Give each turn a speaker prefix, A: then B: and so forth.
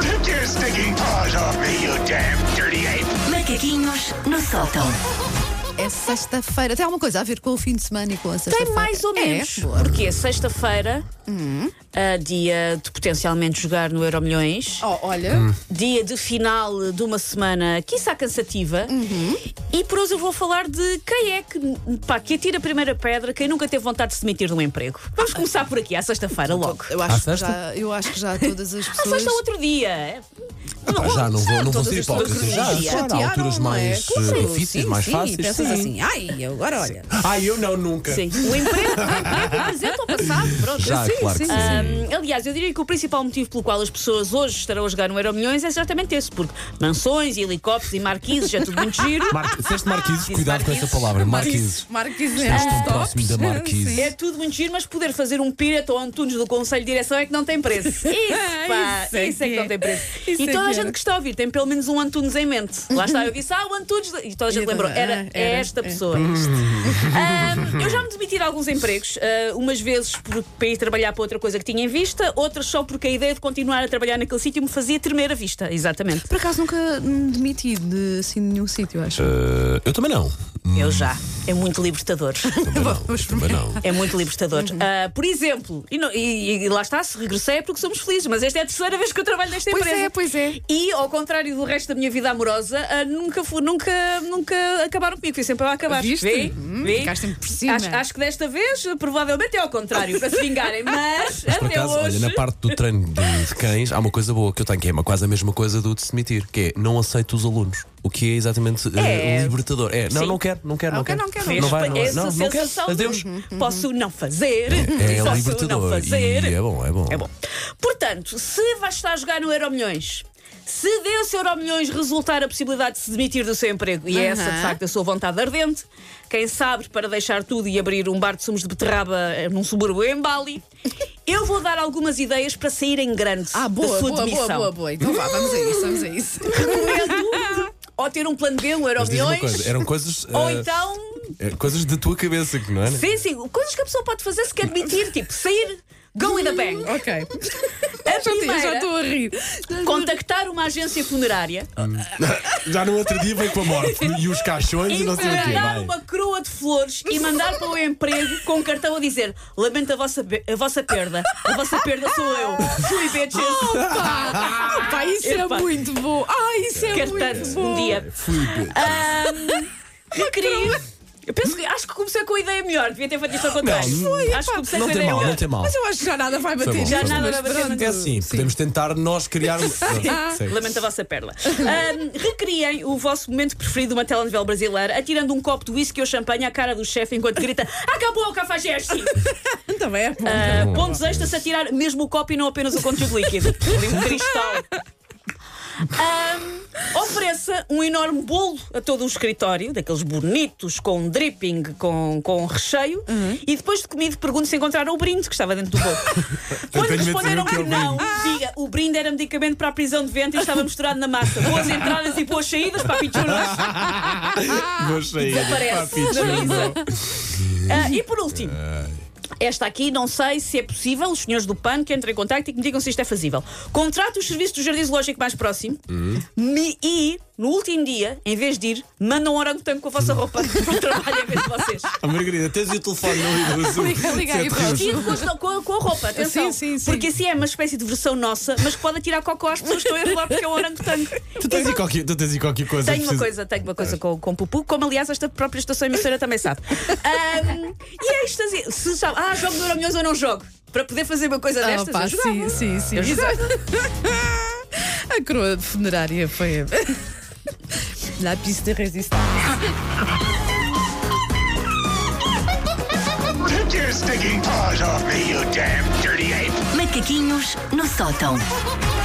A: Take your stinking paws off me, you damn dirty ape!
B: Macaquinhos no sótão.
C: É sexta-feira. Tem alguma coisa a ver com o fim de semana e com a sexta-feira?
D: Tem mais ou menos.
C: É, boa.
D: porque é sexta-feira, ah, dia de potencialmente jogar no Euro Milhões,
C: Oh, olha,
E: Hum.
D: dia de final de uma semana quiçá cansativa. E por hoje eu vou falar de quem é que, pá, que atira a primeira pedra, quem nunca teve vontade de se demitir de um emprego. Vamos começar por aqui, à sexta-feira, logo.
C: oh, eu,
E: À
C: acho que
E: sexta?
C: já, eu acho que já todas as
D: Ah,
C: pessoas.
D: sexta é outro dia.
E: Pá, já não vou, não vou
C: Todas
E: ser
C: as pessoas
E: hipócrita. Já,
C: se
E: já há
C: chatearam,
E: alturas
C: não é?
E: mais
C: Claro,
E: eh, difíceis,
C: sim,
E: mais
C: sim,
E: fáceis.
C: Pensas
E: sim.
C: assim, ai, agora olha.
E: Ah, eu não, nunca.
D: Sim. O emprego, o emprego apresenta o passado, pronto.
E: Já,
C: Sim,
E: claro
C: sim,
E: que
C: sim.
E: sim.
D: Hum, aliás, eu diria que o principal motivo pelo qual as pessoas hoje estarão a jogar no Euro Milhões é certamente esse, porque mansões, e helicópteros e marquises é tudo muito giro.
E: Mar... Disseste Marquises,
D: Disse
E: cuidado com essa
D: Marquises.
E: palavra. Marquises.
C: Marques
E: Estás tão próximo da Marquise.
D: É tudo muito giro, mas poder fazer um Pireto ou Antunes do Conselho de Direção é que não tem preço. Isso, pá,
C: Isso
D: isso,
C: é
D: é,
C: que
D: que
C: é.
D: não tem preço.
C: Isso é
D: e toda
C: que
D: a gente
C: era.
D: que está a ouvir tem pelo menos um Antunes em mente. Lá está, eu disse, ah, o Antunes. do-" E toda a gente
C: E
D: lembrou,
C: ah,
D: era,
C: era,
D: é esta
C: é.
D: pessoa. Ahm, eu já me demiti de alguns empregos, ah, umas vezes por, para ir trabalhar para outra coisa que tinha em vista, outras só porque a ideia de continuar a trabalhar naquele sítio me fazia tremer a vista. Exatamente.
C: Por acaso nunca me demiti de assim de nenhum sítio, acho.
E: Eh, eu também não.
D: Eu já. É muito libertador.
E: Também não. eu Também não.
D: É muito libertador.
C: Uhum.
D: Ah, por exemplo, e, não- e- e lá está, se regressei é porque somos felizes, mas esta é a terceira vez que eu trabalho nesta
C: Pois
D: empresa.
C: é, pois é.
D: E ao contrário do resto da minha vida amorosa, ah, nunca, fui, nunca, nunca acabaram comigo, fui sempre a acabar.
C: Viste?
D: Vê?
C: Hum,
D: Vê?
C: ficaste sempre por cima.
D: Acho, acho que desta vez, ah, provavelmente é ao contrário, para se vingarem, mas,
E: Mas por
D: até
E: acaso,
D: hoje.
E: olha, na parte do treino de, de cães, há uma coisa boa que eu tenho, que é uma, quase a mesma coisa do de se demitir, que é não aceito os alunos. O que é exatamente eh,
D: É.
E: libertador. É, não,
D: Sim.
E: não quero, não quero, não
C: Ok,
E: quero.
C: não quero,
D: Vês?
E: Não vai, não vai.
D: essa
E: Não, não quero.
D: sensação de
E: Adeus.
D: posso não fazer,
E: É
D: posso não
E: libertador.
D: fazer.
E: E é bom, é bom.
D: É bom. Portanto, se vais estar a jogar no Euro Milhões, se desse Euro Milhões resultar a possibilidade de se demitir do seu emprego, e é essa
C: Aham.
D: de facto a sua vontade ardente, quem sabe para deixar tudo e abrir um bar de sumos de beterraba eh, num subúrbio em Bali, eu vou dar algumas ideias para sair em grande
C: Ah, boa,
D: da sua
C: boa, boa,
D: demissão.
C: boa, boa. Então vá, vamos a isso, vamos a isso.
D: Recomendo ou ter um plano B, um Euro
E: Mas diz uma
D: Milhões,
E: coisa, eram coisas.
D: ou
E: eh,
D: então
E: eh, Coisas da tua cabeça, que não é?
D: Sim, sim, coisas que a pessoa pode fazer se quer demitir, tipo sair, go in the bank.
C: Ok.
D: A
C: Eu já
D: primeira,
C: estou a rir.
D: contactar uma agência funerária,
E: Já no outro dia veio com a morte e os caixões e não sei o quê.
D: encomendar
E: vai.
D: uma coroa de flores e mandar para o emprego com um cartão a dizer: Lamento a vossa, pe- a vossa perda, a vossa perda sou eu. Fui bitches.
E: Oh,
C: Pá, pá, isso é
D: Epá.
C: muito bom. Ai, isso é
D: Quero
C: muito
D: tanto
C: bom.
D: um dia.
E: Eh, Fui, bitch.
D: Ah, Requerir. Eu penso que acho que comecei com a ideia melhor, devia ter feito isto ao contrário.
E: é? Não,
D: acho que comecei
E: Tá,
D: com a
E: não tem
D: ideia
E: mal,
D: melhor.
E: não tem mal.
C: Mas eu acho que já nada vai bater.
E: bom,
D: Já
E: foi bom.
D: nada vai bater
C: Pronto.
D: muito.
E: É assim, podemos tentar nós criar. um- Sim.
D: Lamento a vossa perla. Ahm, recriem o vosso momento preferido de uma telenovela brasileira, atirando um copo de whisky ou champanhe à cara do chefe enquanto grita Acabou o cafajeste!
C: Também é bom.
D: Ah, pontos extras se atirar mesmo o copo e não apenas o conteúdo líquido. Ali um cristal. Ahm, ofereça um enorme bolo a todo o escritório, daqueles bonitos, com dripping, com, com recheio, e depois de comido pergunte se encontraram o brinde que estava dentro do bolo. Quando
E: tenho medo de saber
D: responderam
E: o que é
D: que
E: o
D: não, diga o brinde era medicamento para a prisão de vento e estava misturado na massa. Boas entradas e boas saídas para pichuras.
E: Ah, Vou sair.
D: Ah, Desaparece da mesa. Ah, e por último. Esta aqui, não sei se é possível, os senhores do PAN que entrem em contacto e que me digam se isto é fazível. Contrate os serviços do Jardim Zoológico mais próximo me, e, no último dia, em vez de ir, mandam um orangotango com a vossa roupa para o trabalho em vez de vocês.
E: A Margarida, tens aí o telefone não liga o Zoom. é
C: Liga, liga aí,
E: Sete
C: pronto.
E: rios.
D: Vestido é com, as- com a- com a roupa, atenção.
C: Sim, sim, sim.
D: Porque assim é uma espécie de versão nossa, mas que pode atirar cocó às pessoas que estão a rolar porque é um orangotango.
E: Tu tens aí qualquer- tu tens aí qualquer coisa.
D: Tenho uma
E: precisa-
D: coisa, tenho uma coisa com, com Pupu, como aliás esta própria estação emissora também sabe. Ahm, e é êxtase. Se sabe, ah, jogo no Euromilhões ou não jogo? Para poder fazer uma coisa
C: Ah,
D: destas,
C: pá,
D: eu jogava.
C: sim, sim, sim. Exato. A coroa funerária foi. a- La piste de resistência.
A: Take your stinking paws off me, you damn dirty ape!
B: Macaquinhos no sótão.